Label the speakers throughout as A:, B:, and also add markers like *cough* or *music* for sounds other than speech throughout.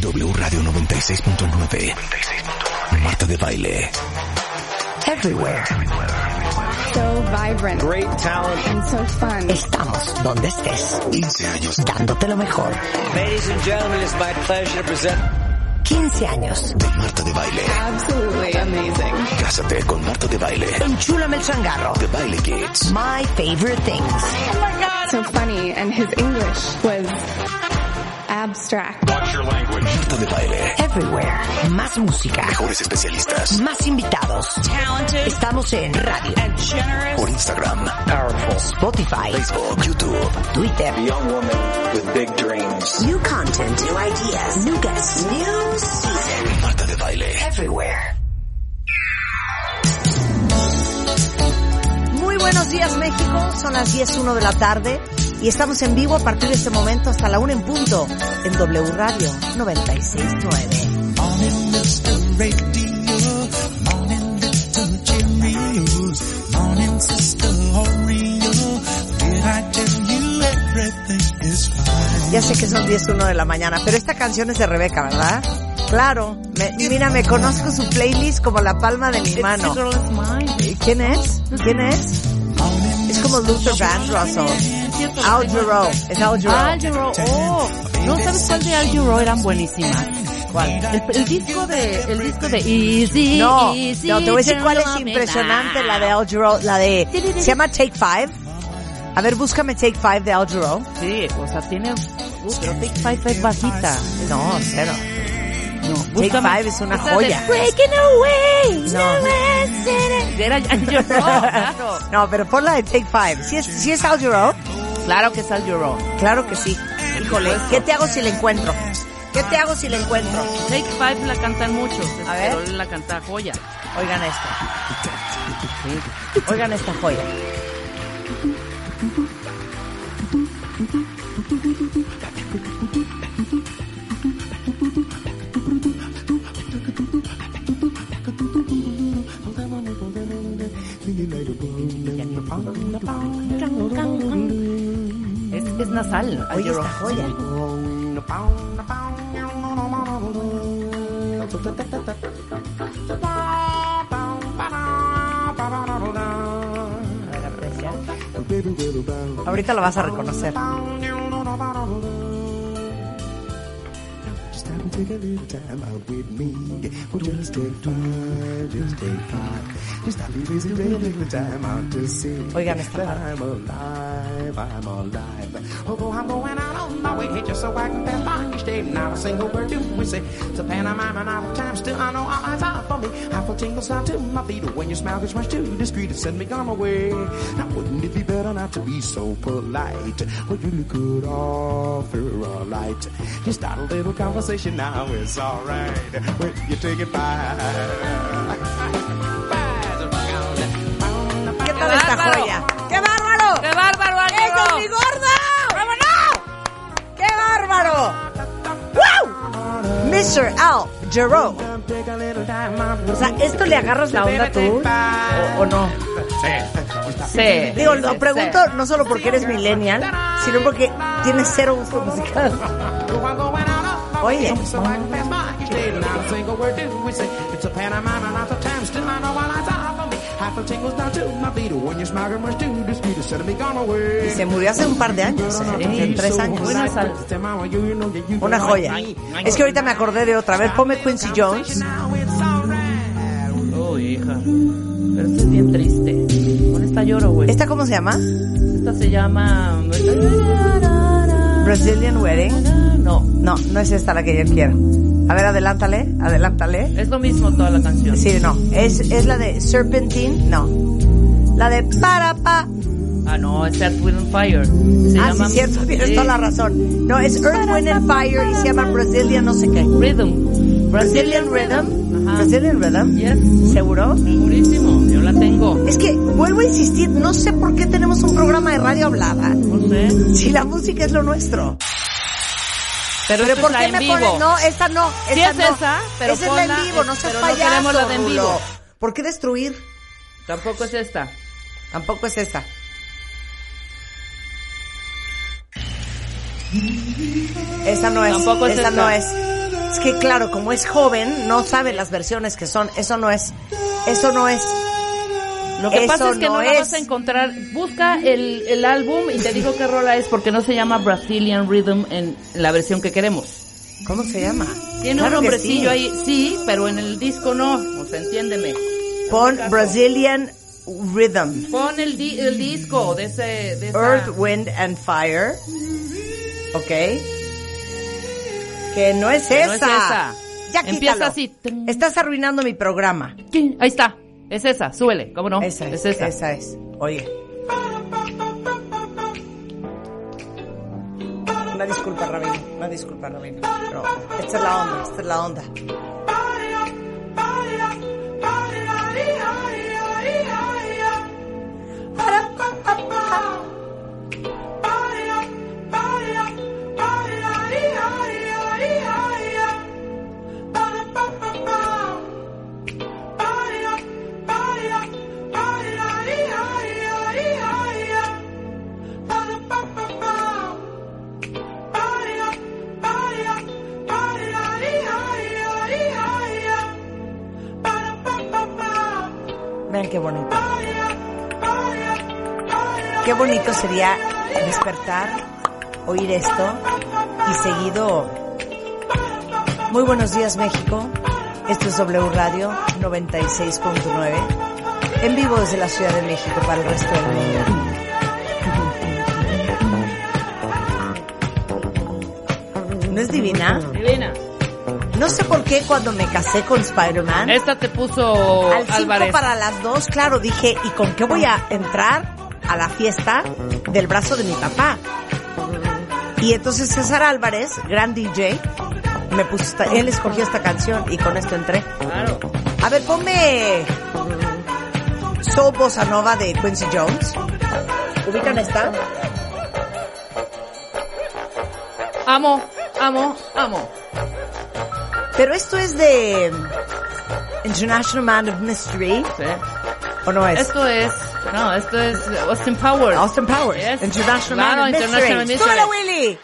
A: W Radio 96.9. Marta de Baile.
B: Everywhere.
C: So vibrant.
D: Great talent.
C: And so fun.
B: Estamos donde estés.
A: 15 años.
B: Dándote lo mejor.
D: Ladies and gentlemen, it's my pleasure to present
B: 15 años.
A: De Marta de Baile.
C: Absolutely amazing.
A: Cásate con Marta de Baile.
B: Enchúlame el changarro.
A: The Baile Kids.
B: My favorite things.
C: So funny. And his English was abstract.
A: Marta de Baile.
B: Everywhere. Más música.
A: Mejores especialistas.
B: Más invitados.
E: talented
B: Estamos en radio,
E: and generous.
A: Por Instagram,
D: powerful
B: Spotify,
A: Facebook, YouTube.
B: Twitter.
D: young woman with big dreams.
B: New content, new ideas, new guests, new season.
A: Marta de Baile.
B: Everywhere. Muy buenos días México, son las 10.01 de la tarde y estamos en vivo a partir de este momento hasta la 1 en punto en W Radio 96.9. Ya sé que son 10.01 de la mañana, pero esta canción es de Rebeca, ¿verdad? Claro, me- mira, me conozco su playlist como la palma de mi mano. ¿Quién es? ¿Quién es? Es como Luther Vandross. Al Jarreau, es Al
E: Al
B: Jarreau.
E: Jarreau, oh, no sabes cuál de Al Jarreau eran buenísimas.
B: ¿Cuál?
E: El, el disco de, el disco de Easy,
B: No,
E: Easy.
B: no, te voy a decir
E: Turn
B: cuál es
E: on me
B: impresionante,
E: now.
B: la de Al Jarreau, la de, se llama Take Five. A ver, búscame Take Five de Al Jarreau.
E: Sí, o sea, tiene, uh, pero Take Five es bajita.
B: No, cero.
E: No,
B: Take
E: búscame.
B: Five es una
E: Esa de
B: joya.
E: Breaking away.
B: No.
E: Era Al *laughs* Jarreau, claro.
B: *laughs* No, pero pon la de Take Five. Si es, si es Al Jarreau,
E: Claro que es Al Jarreau.
B: claro que sí. Híjole, ¿qué te hago si la encuentro? ¿Qué te hago si la encuentro?
E: Take Five la cantan muchos,
B: A
E: pero
B: ver.
E: la canta joya.
B: Oigan esto. Oigan esta joya.
E: Es, es nasal. Al
B: Oye
E: Jarreau.
B: esta joya. A ver, aprecia. Ahorita lo vas a reconocer.
F: Just have to take a little time out with me. We'll just take five, just take five. Just have to busy, take a little time out to see
B: Oigan esta
F: that
B: parte.
F: I'm alive, I'm alive. Although I'm going out on my way, just so I can pass by each day. Not a single word do we say. It's a pantomime and out of time. Still, I know all eyes are for me. I feel tingles down to my feet. When your smile gets rushed to discreet and send me on my way. Now, wouldn't it be better not to be so polite? Would you look good offer a light? Just start a little conversation now, it's alright. When you take it by.
B: ¿Qué tal esta
E: bárbaro!
B: joya? ¡Qué bárbaro!
E: ¡Qué bárbaro, Al
B: ¡Eso,
E: Jarreau!
B: mi gordo! ¡Vámonos! ¡Qué bárbaro! ¡Wow! Mr. Al Jarreau. O sea, ¿esto le agarras la onda tú? ¿O, o no?
E: Sí.
B: Digo, lo
E: Sí,
B: pregunto no solo porque eres millennial, sino porque tienes cero gusto musical. Oye. Y se murió hace un par de años, ¿eh? hace tres años.
E: Buena sal.
B: Una joya. Es que ahorita me acordé de otra. A ver, ponme Quincy Jones.
E: Oh, hija. Pero esto es bien triste. Con esta lloro, güey.
B: ¿Esta cómo se llama?
E: Esta se llama...
B: Brazilian Wedding.
E: No,
B: No, no es esta la que yo quiero. A ver, adelántale, adelántale.
E: es lo mismo toda la canción.
B: Sí, no. ¿Es, es la de Serpentine? No. La de para pa.
E: Ah, no, es Earth, Wind and Fire. Se
B: ah,
E: llama- eh,
B: sí, cierto, tienes
E: Sí.
B: toda la razón. No, es Earth, Wind and Fire y se llama Brazilian no sé qué.
E: Rhythm.
B: Brazilian Rhythm.
E: Ajá.
B: Brazilian Rhythm.
E: Yes.
B: ¿Seguro?
E: Segurísimo. Yo la tengo.
B: Es que, vuelvo a insistir, no sé por qué tenemos un programa de radio hablada.
E: No sé.
B: Si la música es lo nuestro.
E: Pero,
B: ¿Pero
E: esta
B: por
E: es Pues la
B: qué
E: en
B: me
E: vivo.
B: pones? No, esta no. Esta
E: Sí es
B: no.
E: esa, pero
B: Esa es la en
E: ponla,
B: vivo, no
E: es-
B: seas
E: pero no
B: payaso.
E: queremos la de en vivo.
B: Rulo. ¿Por qué destruir?
E: Tampoco es esta.
B: Tampoco es esta. Esta no es.
E: Tampoco es
B: esta
E: esta.
B: no es. es que claro, como es joven, no sabe las versiones que son. Eso no es. Eso no es.
E: Lo que
B: Eso
E: pasa es que no,
B: no
E: la
B: es.
E: vas a encontrar. Busca el, el álbum y te digo qué rola es porque no se llama Brazilian Rhythm en la versión que queremos.
B: ¿Cómo se llama?
E: Tiene
B: Claro
E: un
B: que
E: nombrecillo
B: sí.
E: ahí, sí, pero en el disco no. O sea, entiéndeme.
B: Pon Brazilian Rhythm.
E: Pon el, di- el disco de ese. De esa-
B: Earth, Wind and Fire. Ok. Que no es
E: Que
B: esa.
E: no es esa.
B: Ya
E: Empieza
B: quítalo.
E: así.
B: Estás arruinando mi programa.
E: ¿Qué? Ahí está. Es esa, súbele, ¿cómo no?
B: esa es.
E: esa.
B: Esa. es. Oye. Una disculpa, Rabino. Una disculpa, Rabino. Pero esta es la onda. Esta es la onda. Vean qué bonito. Qué bonito sería despertar, oír esto y seguido. Muy buenos días México. Esto es W Radio 96.9. En vivo desde la Ciudad de México para el resto del mundo. ¿No es divina?
E: Divina.
B: No sé por qué cuando me casé con Spider-Man.
E: Esta te puso
B: Al 5
E: Álvarez.
B: para las 2, claro, dije, ¿y con qué voy a entrar a la fiesta del brazo de mi papá? Y entonces César Álvarez, gran DJ, me puso esta- él escogió esta canción y con esto entré.
E: Claro.
B: A ver, ponme So Bossa Nova de Quincy Jones. ¿Ubican esta?
E: Amo, amo, amo.
B: Pero esto es de International Man of Mystery,
E: Sí.
B: ¿o no es?
E: Esto es, no, esto es Austin Powers.
B: Austin Powers.
E: Yes.
B: International
E: Claro,
B: Man of
E: International
B: Mystery.
E: Mystery.
B: ¡Súbela, Willy!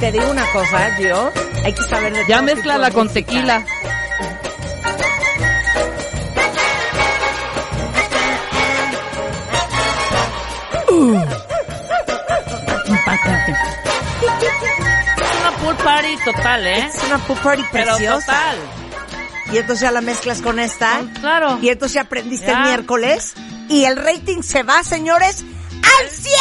B: Te digo una cosa, yo. Hay que saber de
E: Ya
B: todo tipo
E: mezclala
B: de
E: con
B: música.
E: tequila.
B: Uh.
E: Es una pool party total, ¿eh?
B: Es una pool party
E: Pero
B: preciosa.
E: total.
B: Y entonces ya la mezclas con esta.
E: Claro.
B: Y entonces ya aprendiste
E: Ya.
B: el miércoles. Y el rating se va, señores,
E: ¿Eh?
B: al cielo.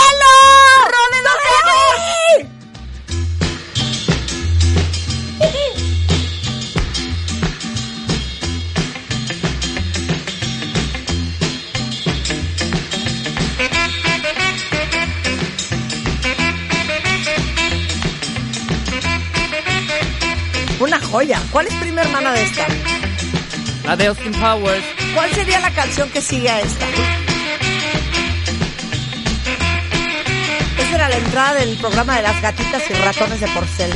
B: Una joya. ¿Cuál es prima hermana de esta?
E: La de Austin Powers.
B: ¿Cuál sería la canción que sigue a esta? Esa era la entrada del programa de las gatitas y ratones de porcel.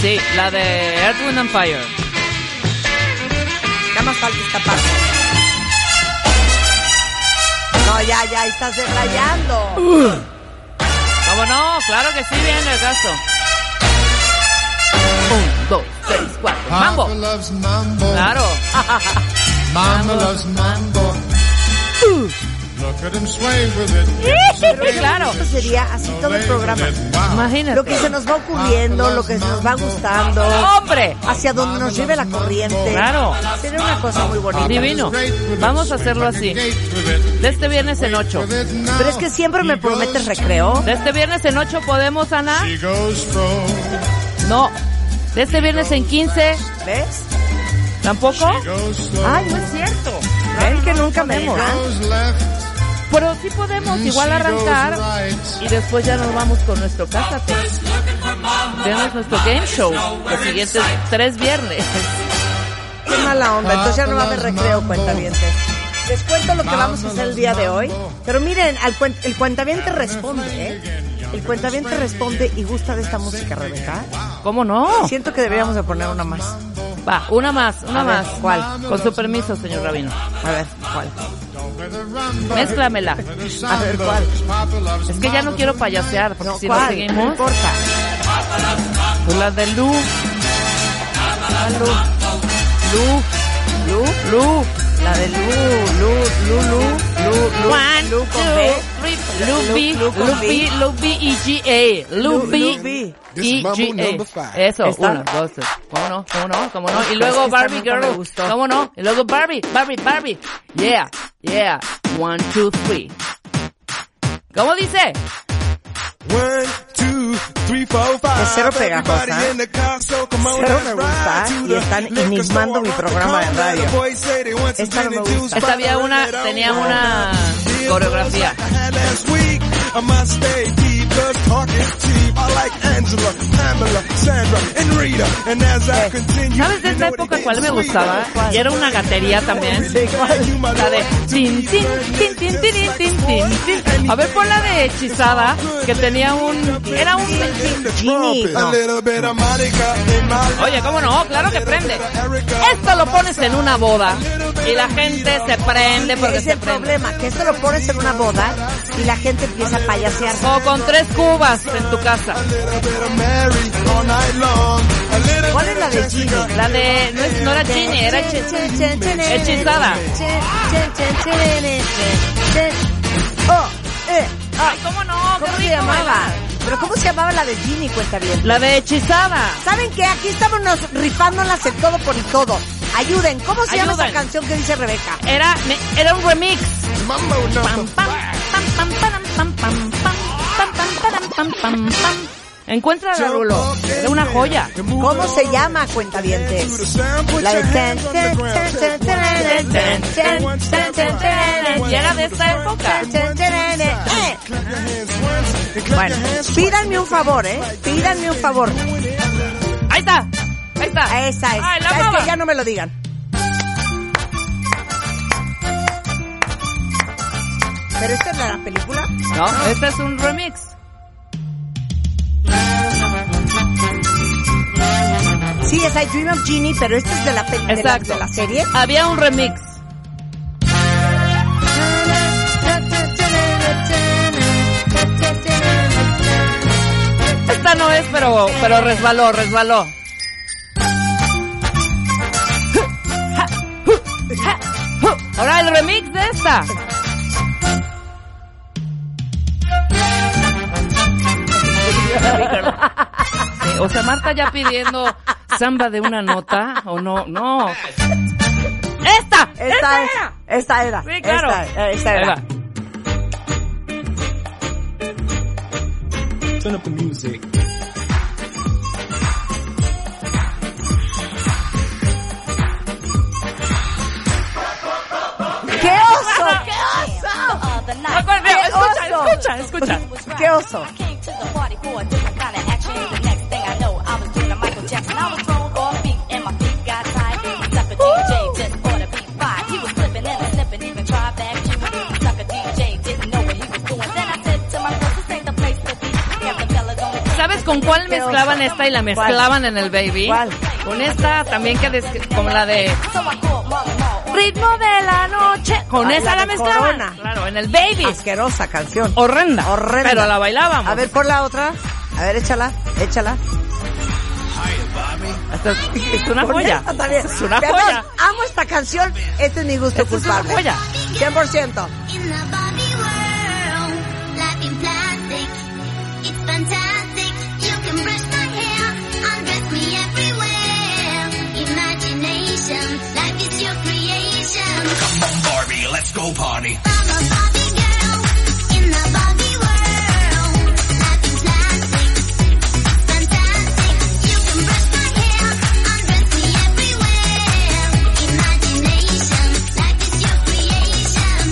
E: Sí, la de Earth, Wind and Fire.
B: Nada más falta esta parte. No, ya, ya, estás desrayando.
E: ¿Cómo no? Claro que sí, bien el caso. Un, dos, tres, cuatro. ¡Mambo!
G: Papa loves mambo.
E: Ah. Claro.
B: Ah.
G: Mama loves mambo. Look at him sway with it.
E: Sí, claro.
B: Esto sería así todo el programa.
E: Imagínate.
B: Lo que se nos va ocurriendo, lo que se nos va gustando,
E: ¡Hombre!
B: hacia donde nos lleve la corriente.
E: Claro.
B: Sería una cosa muy bonita.
E: Divino. Vamos a hacerlo así. De este viernes en ocho.
B: Pero es que siempre me prometes recreo.
E: De este viernes en ocho podemos, Ana.
G: She goes from,
E: No. De este viernes en 15
B: ¿Ves?
E: tampoco. Ah,
G: goes slow,
B: Ay, no es cierto. Ven que nunca me dejan.
G: goes left,
E: Pero sí podemos igual
G: she goes
E: arrancar.
G: right.
E: Y después ya nos vamos con nuestro Cásate. Tenemos nuestro game show. Los siguientes tres viernes. *laughs*
B: Qué mala onda. Entonces ya no va a haber recreo, cuentavientes. Les cuento lo que vamos a hacer el día de hoy. Pero miren, al cuen- el cuentaviente responde, ¿eh? El cuentaviente responde y gusta de esta música, Rebeca.
E: ¿Cómo no?
B: Siento que deberíamos de poner una más.
E: Va, una más, una
B: A ver,
E: más.
B: ¿cuál?
E: Con su permiso, señor Rabino.
B: A ver, ¿cuál?
G: Don't
E: Mézclamela.
G: A ver cuál.
E: Es que ya no quiero payasear, porque
B: No,
E: si
B: ¿cuál?
E: no
B: No
E: seguimos.
B: importa.
E: Pues la de Lu,
B: Ah, Lu. Lu. Lu.
E: Lu.
B: La de Lu. Lu. Lu. Lu. Lu. Lu. Lu
E: One, two,
B: con B.
E: three. Lupi,
B: Lu con
E: Lupi,
B: B.
E: Lupi y G.A.
B: Lu-
E: Lupi
B: Lupi.
G: This
E: y
G: is Mambo number
E: G.A.
G: five.
E: E, Eso,
B: Esta.
E: uno, dos, tres. ¿Cómo no? ¿Cómo no? ¿Cómo no? Y
B: Es que
E: luego
B: esta
E: Barbie
B: nunca me
E: Girl.
B: gustó.
E: ¿Cómo no? Y luego Barbie, Barbie, Barbie. Yeah, yeah. One, two, three. ¿Cómo dice?
H: One, two, three, four, five.
B: Es cero pegajosa.
H: Everybody in the car, so come on,
B: Cero
H: let's
B: me
H: ride
B: gusta
H: to
B: y
H: the
B: están
H: liquor
B: enigmando
H: store.
B: mi
H: Rock the
B: programa de
H: corner, the
B: radio.
H: boys say they want some
B: Esta no
H: gin and
B: me
H: juice,
B: gusta.
E: Esta había
H: but I
E: una,
H: run it out.
E: tenía una
H: Beer
E: coreografía.
H: was I had last week. I must stay deep, 'cause talk is cheap. I like Angela, Pamela, Sandra, and Rita. And as
B: Eh.
H: I continue,
E: ¿Sabes de
H: you
E: esta
H: know
E: época
H: it
E: cuál me
H: gets
E: gustaba?
H: sweeter.
E: Y era una gatería también.
H: Sí, ¿cuál?
E: La de tin, tin, tin, tin, tin, tin, tin, tin. A ver, pon la de hechizada, que tenía un... Era un...
B: Genie.
H: A little bit of Monica in my life.
E: Oye, ¿cómo no? Claro que prende. Esto lo pones en una boda y la gente se prende porque
B: Es
E: se
B: el
E: prende.
B: problema, que esto lo pones en una boda y la gente empieza a payasear.
E: O con tres cubas en tu casa.
B: ¿Cuál es la de Gini?
E: La de... No, es, no era chini, era chi- hechizada.
B: Oh, eh,
E: Ay, ¿cómo no?
B: ¿Cómo
E: Qué
B: se
E: rico
B: llamaba?
E: bailar.
B: ¿Pero cómo se llamaba la de Ginny? Cuenta bien.
E: La de hechizada.
B: ¿Saben qué? Aquí estamos nos rifándolas en todo por todo. Ayuden. ¿Cómo se llama
E: Ayuden.
B: esa canción que dice Rebeca?
E: Era, me- era un remix. Encuentra la Rulo. Era una joya.
B: ¿Cómo se llama, cuenta dientes? La de tan, tan, tan, tan, tan, tan, tan, tan, tan, tan.
E: Y era de esta época.
B: Eh. Bueno, pídanme un favor, ¿eh? Pídanme un favor.
E: Ahí está. Ahí está.
B: Esa es.
E: Ay, la
B: ¿Sabes
E: amaba.
B: qué? Ya no me lo digan. ¿Pero esta es la película?
E: No, este es un remix.
B: Sí, es I Dream of Genie, pero esta es de la, pe- de la,
E: Exacto.
B: de la serie.
E: Había un remix. Esta no es, pero, pero resbaló, resbaló. Ahora el remix de esta. Sí, *laughs* o sea, Marta ya pidiendo samba de una nota o no, no. Esta, esta,
B: Esta, es,
E: era.
B: esta era.
E: Sí, claro.
B: Esta, esta
E: Ahí
B: era.
E: va.
D: Turn up the music.
B: ¡Qué oso!
E: *laughs* Recuerda,
B: ¡Qué
E: pues, escucha,
B: oso!
E: escucha, escucha.
B: ¡Qué oso!
E: ¿Sabes con cuál mezclaban esta y la mezclaban en el baby?
B: ¿Cuál?
E: Con esta también que des- como la de ritmo de la noche. Con
B: Ah,
E: esa
B: la
E: la
B: de
E: mezclaban.
B: Corona.
E: Claro, en el baby.
B: Asquerosa canción.
E: Horrenda.
B: Horrenda.
E: Pero la bailábamos.
B: A ver, por la otra. A ver, échala, échala.
E: Esta
B: *laughs*
E: es, es una
B: Pon
E: joya.
B: esta también.
E: Es una
B: Perdón,
E: joya.
B: Amo esta canción. Este es mi gusto
E: Esta es una
B: culpable.
E: joya.
B: 100%.
I: In the Barbie world, life in plastic, it's fantastic. You can brush my hair, undress me everywhere. Imagination, life is your creation.
A: Barbie, let's go party.
I: I'm a Barbie girl in the Barbie world. Life in plastic, it's fantastic. You can brush my hair, undress me everywhere. Imagination, life is your creation.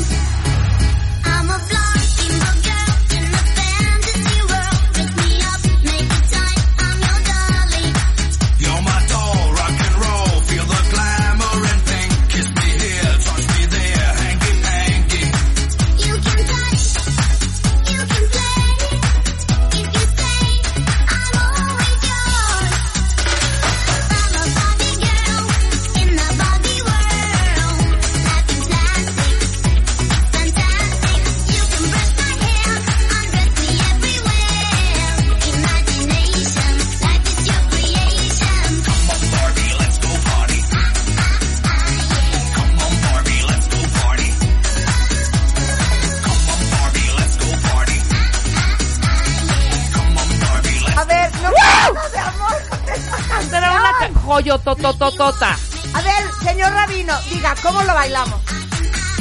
B: *laughs*
E: joyo totototota.
B: A ver, señor Rabino, diga, ¿cómo lo bailamos?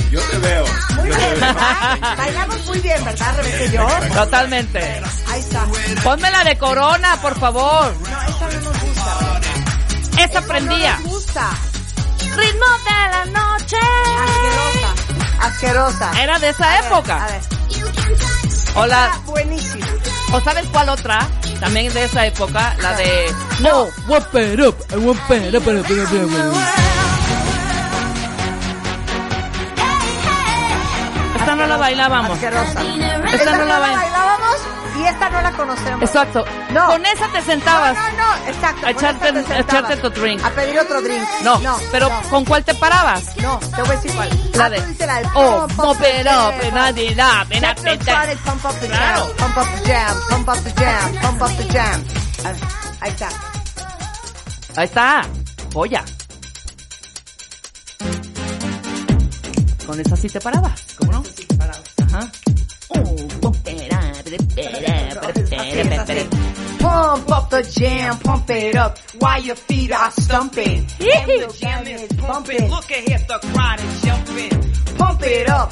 J: Yo te veo.
B: Muy bien, ¿verdad? Bailamos muy bien, ¿verdad, Rebeca y yo?
E: Totalmente.
B: Ahí está. No,
E: Ponme la de corona, por favor.
B: esta no nos gusta. Rebeca.
E: Esa
B: Esta
E: prendía.
B: No nos gusta.
E: Ritmo de la noche.
B: Asquerosa. Asquerosa.
E: Era de
B: A
E: esa
B: ver,
E: época.
B: A ver.
E: Hola.
B: Está buenísimo.
E: ¿O sabes cuál otra? También de esa época, la de... No, whoop it up, whoop it up, whoop it up, whoop it up. Esta no la bailábamos.
B: Asquerosa.
E: Esta no la baila-
B: bailábamos y esta no la conocemos.
E: Exacto.
B: No.
E: Con esa te
B: No,
E: sentabas.
B: no, no, exacto.
E: A echarte-
B: Con esta te
E: a echarte
B: sentabas.
E: tu drink.
B: A pedir otro drink.
E: No, pero
B: no,
E: ¿con cuál te parabas?
B: No, te voy a decir cuál.
E: La
B: Ah,
E: de...
B: tú dices la del
E: Oh,
B: pump up
E: no,
B: the
E: pero...
B: jam.
E: eh, Nadie la... pena,
B: Check your
E: pena.
B: body, Pump up the
E: Claro.
B: jam, pump up the jam, pump up the jam, pump up the jam. A ver, Ahí está.
E: Ahí está. Polla. Con esa sí te parabas, ¿cómo no? Ajá.
B: Pump up the jam, pump it up while your feet are stumping. And the jam is pumping. Look at the crowd is jumping. Pump it up.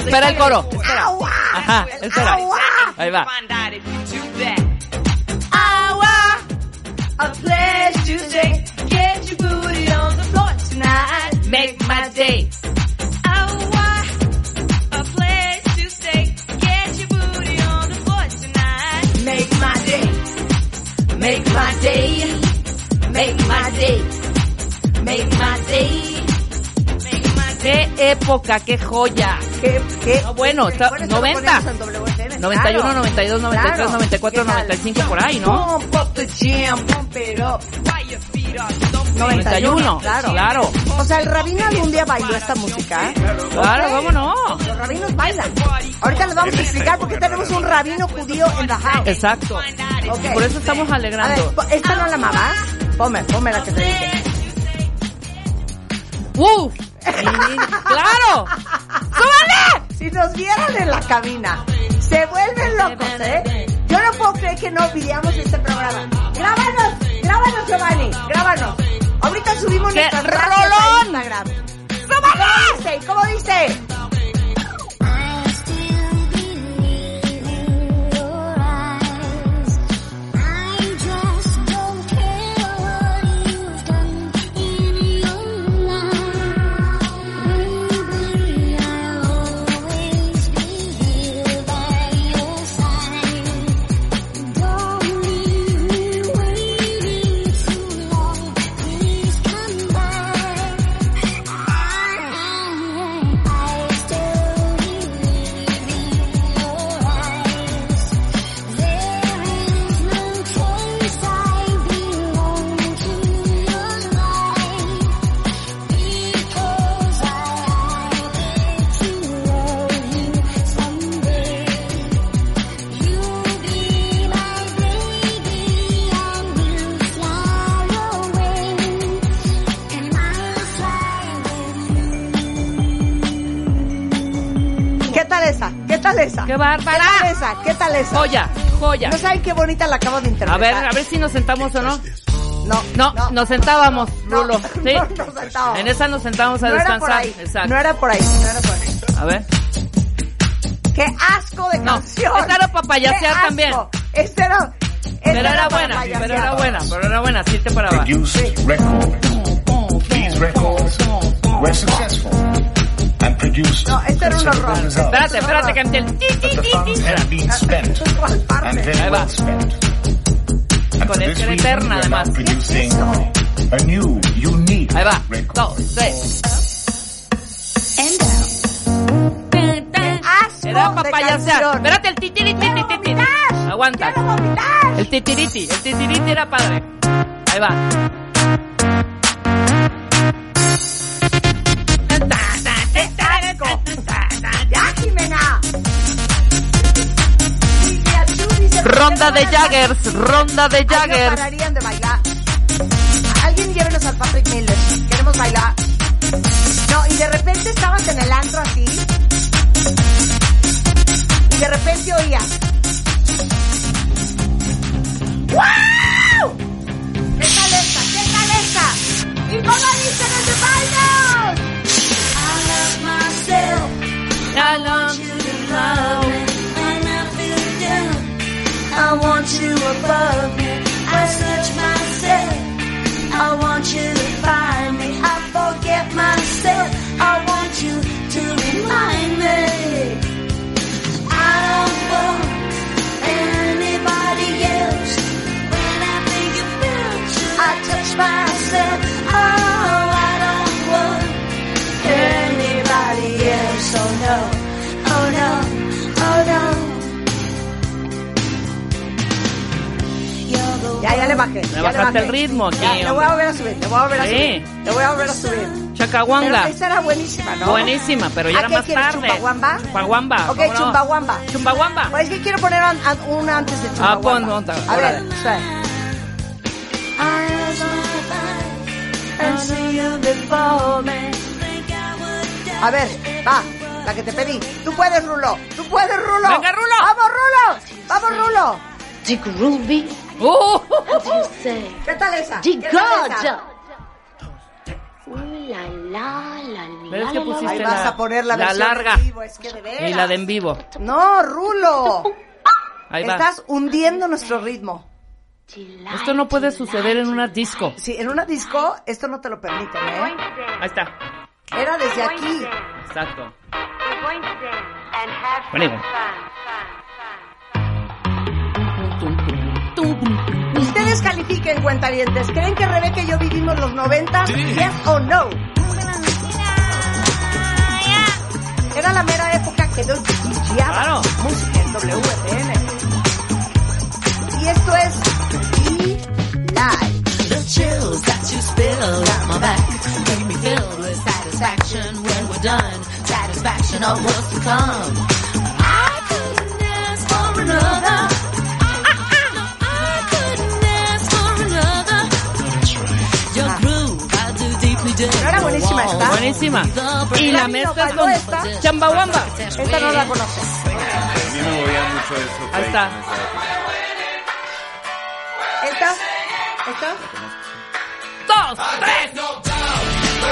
E: Espera el coro. Espera.
B: Agua.
E: Ajá, espera.
B: Agua.
E: Ahí va.
B: Agua. A pledge today. Get your booty on the floor tonight.
E: Make my day.
B: Make my day. Make my day. Make my day. Make my day.
E: Qué época, qué joya.
B: ¿Qué, qué?
E: No, bueno, está-
B: Por eso lo
E: 90.
B: poníamos en WFM,
E: 91,
B: claro.
E: 92, 93,
B: Claro.
E: 94,
B: ¿Qué tal?
E: 95, por ahí, ¿no?
B: Pump up the jam, pump it up.
E: 91, claro. Claro,
B: O sea, el rabino algún día bailó esta música. ¿eh?
E: claro cómo no.
B: Los rabinos bailan. Ahorita les vamos a explicar por qué tenemos un rabino judío en la house.
E: Exacto.
B: Ok.
E: Este, Por eso estamos
B: A ver,
E: alegrando.
B: po- ¿esta no la amabas? Ponme, ponme la que te dije.
E: ¡Uf! ¡Claro! ¡Súbale!
B: Si nos vieran en la cabina, se vuelven locos, ¿eh? Yo no puedo creer que no videamos este programa. Grábanos, grábanos, Giovanni, grábanos. Ahorita subimos
E: ¡Qué
B: nuestras radios a
E: rolón!
B: Instagram. ¿Cómo dice? ¿Cómo dice?
I: I still believe in your eyes. I just don't care what you've done in your life. Baby, I'll always be here by your side. Don't leave me waiting too long. Please come back. I still believe in your eyes. There is no choice. I belong to your life because I bet you love you someday. You'll be my baby and we'll fly away. And I'll fly with you.
B: ¿Qué tal esa? ¿Qué tal esa?
E: ¡Qué
B: ¿Qué tal
E: bárbara!
B: esa? ¿Qué tal esa?
E: Joya, joya.
B: No saben qué bonita la acabo de
E: A
B: interpretar.
E: ver, a ver si nos sentamos o no.
B: No,
E: No, nos sentábamos, Rulo.
B: *laughs* No,
E: Sí.
B: no nos sentábamos.
E: En esa nos sentamos a
B: no era por
E: descansar.
B: ahí.
E: Exacto.
B: No era por ahí. No era por ahí.
E: A ver.
B: ¡Qué asco de
E: No,
B: canción!
E: esta era pa' payasear
B: ¡Qué asco!
E: también.
B: Esta era... esta
E: Pero era
B: para
E: buena,
B: payasear.
E: pero era buena, pero era buena. Sí te paraba.
J: Produced records. These records were successful and produced
B: No, este era un
J: considerable
B: horror.
J: results.
E: Espérate, espérate, que ante el...
J: But the funds had been spent
B: *laughs* ¿Cuál parte?
J: and
E: Ahí
J: very
E: va.
J: well spent. And for
E: Con
J: this
E: letra
J: reason,
E: eterna,
J: we're now
E: además.
J: producing a new, unique
E: Ahí va.
J: record.
E: Dos, tres.
I: And out.
B: asco
E: Era para
B: de
E: payasear.
B: canción.
E: Espérate, el titiriti, tititi.
B: vomitar!
E: Aguanta.
B: ¡Quiero vomitar!
E: El titiriti, el titiriti era padre. Ahí va.
B: ¡Ya, Jimena! Y que a tú dices-
E: Ronda de Jaggers, ronda de
B: Ay, no
E: Jaggers.
B: pararían de bailar. Alguien llévenos al Patrick Miller. Queremos bailar. No, y de repente estabas en el antro así. Y de repente oías. ¡Wow!
I: Oh, Oh,
J: ya le bajé.
E: Me
J: ya le
E: bajaste
J: bajé.
E: el ritmo aquí,
J: Ya, le voy
E: hombre.
J: a volver a subir, le voy a volver a
E: Sí.
J: subir. Le voy a volver a subir.
E: Chacahuanga.
J: Pero esa era buenísima, ¿no?
E: Buenísima, pero ya
J: ¿A
E: era
J: qué
E: más
J: quieres,
E: tarde.
J: chupaguamba?
E: Chupaguamba.
J: Ok,
E: vámonos.
J: chumpaguamba.
E: Chumpaguamba.
J: Pues es que quiero poner an- an- una antes de
E: Ah, pon
J: chumpaguamba.
E: otra.
J: a ver,
E: órale.
J: espera. A ver, va, la que te pedí. Tú puedes, Rulo. Tú puedes, Rulo.
E: Venga, Rulo.
J: Vamos, Rulo. Vamos, Rulo.
K: Dig Ruby,
E: Uh,
K: what do you say?
J: ¿Qué tal esa?
K: Dig
J: ¿Qué tal esa?
K: Gorda. Ooh la la la
E: Uh. ¿Ves
K: la
E: que
K: la, la.
E: pusiste
J: Ahí vas
E: la,
J: a poner la versión
E: larga
J: en vivo, es que de veras.
E: y la de en vivo?
J: No, Rulo.
E: *laughs* Ahí va.
J: Estás hundiendo nuestro ritmo.
E: Esto no puede suceder en una disco.
J: Sí, en una disco esto no te lo permiten, ¿eh?
E: Ahí está.
J: Era desde aquí.
E: Exacto.
J: Ustedes califiquen, cuentarientes. ¿Creen que Rebeca y yo vivimos los 90? Yes o no. Era la mera época que nos
E: Claro.
J: guiaba música en WFM. Y esto es E-Live.
I: The chills that you spill down my back leave me filled with satisfaction when we're done. Satisfaction of what's to come. I couldn't ask for another. No, I couldn't ask for another. Your groove, I do deeply dig.
J: No era buenísima esta.
E: Buenísima. Y la mezclas
J: Bailó
E: con
J: esta.
E: Chambawamba.
J: Esta no la conoces.
L: A mí me movía mucho eso.
E: Ahí está.
J: ¿Esta? ¿Esta?
E: Dos, tres.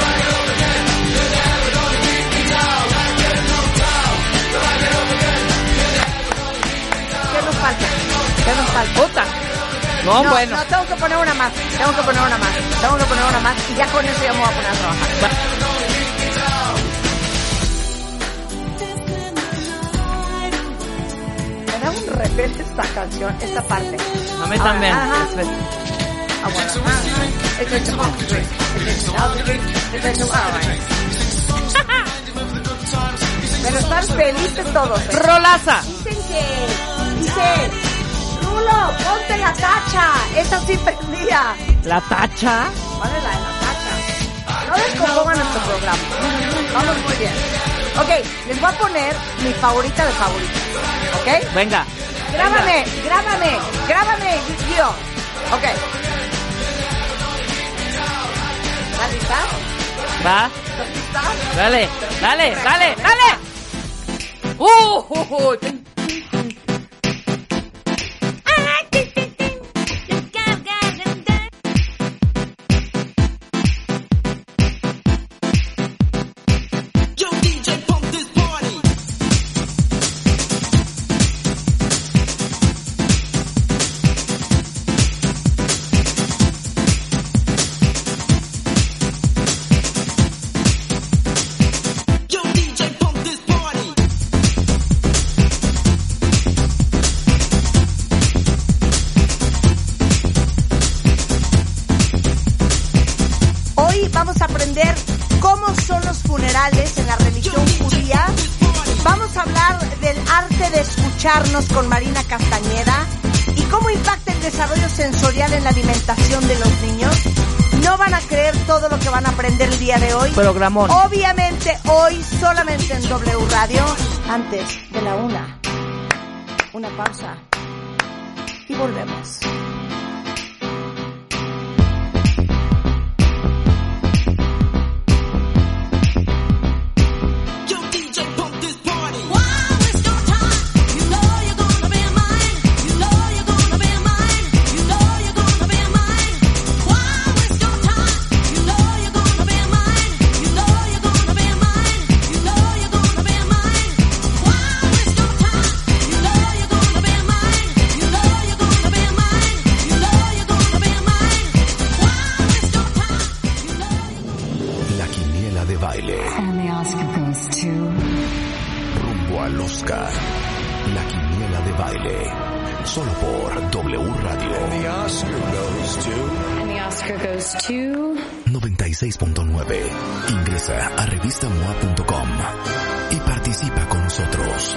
J: ¿Qué nos falta? ¿Qué nos falta?
E: Puta. No, bueno.
J: No, tengo que poner una más. Tengo que poner una más. Tengo que poner una más. Y ya con eso ya me voy a poner a trabajar. Me da un repente esta canción, esta parte.
E: A mí también.
J: Ajá.
E: Es- es-
J: Ah, bueno. Ah, It takes a while to drink. It takes a while to drink. It takes a while. Pero están felices todos. ¿eh?
E: Rolaza.
J: Dicen que. Dice. Rulo, ponte la tacha. Esa sí prendía.
E: La tacha.
J: ¿Cuál es la de la tacha? No descompongan nuestro programa. Vamos muy bien. Ok, les voy a poner mi favorita de favoritas. ¿Ok?
E: Venga.
J: Grábame, grábame, grábame, Gio. Ok. ¿Estás lista?
E: Va.
J: ¿Estás lista?
E: Dale. Dale. Dale. Dale. Uh, uh, uh.
I: Yo, DJ, pump this party. Yo, DJ, pump this party.
J: Hoy vamos a aprender cómo son los funerales en la religión judía. Vamos a hablar del arte de escucharnos con Marina Castañeda y cómo impacta el desarrollo sensorial en la alimentación de los niños. No van a creer todo lo que van a aprender el día de hoy.
E: Programón.
J: Obviamente hoy solamente en W Radio, antes de la una. Una pausa y volvemos.
I: Yo, DJ, pump this party. Why waste your time? You know you're gonna be mine. You know you're gonna be mine. You know you're gonna be mine. Why waste your time? You know you're gonna be mine. You know you're gonna be mine. You know you're gonna be mine. Why waste your time? You know you're gonna be mine. You know you're gonna be mine. You know you're gonna be mine. Why waste your time? You know.
A: La quiniela de baile.
C: And the Oscar goes to...
A: Rumbo al Oscar. La quiniela de baile. Solo por W Radio.
C: And the Oscar goes to...
A: 96.9. Ingresa a revistamoa.com y participa con nosotros.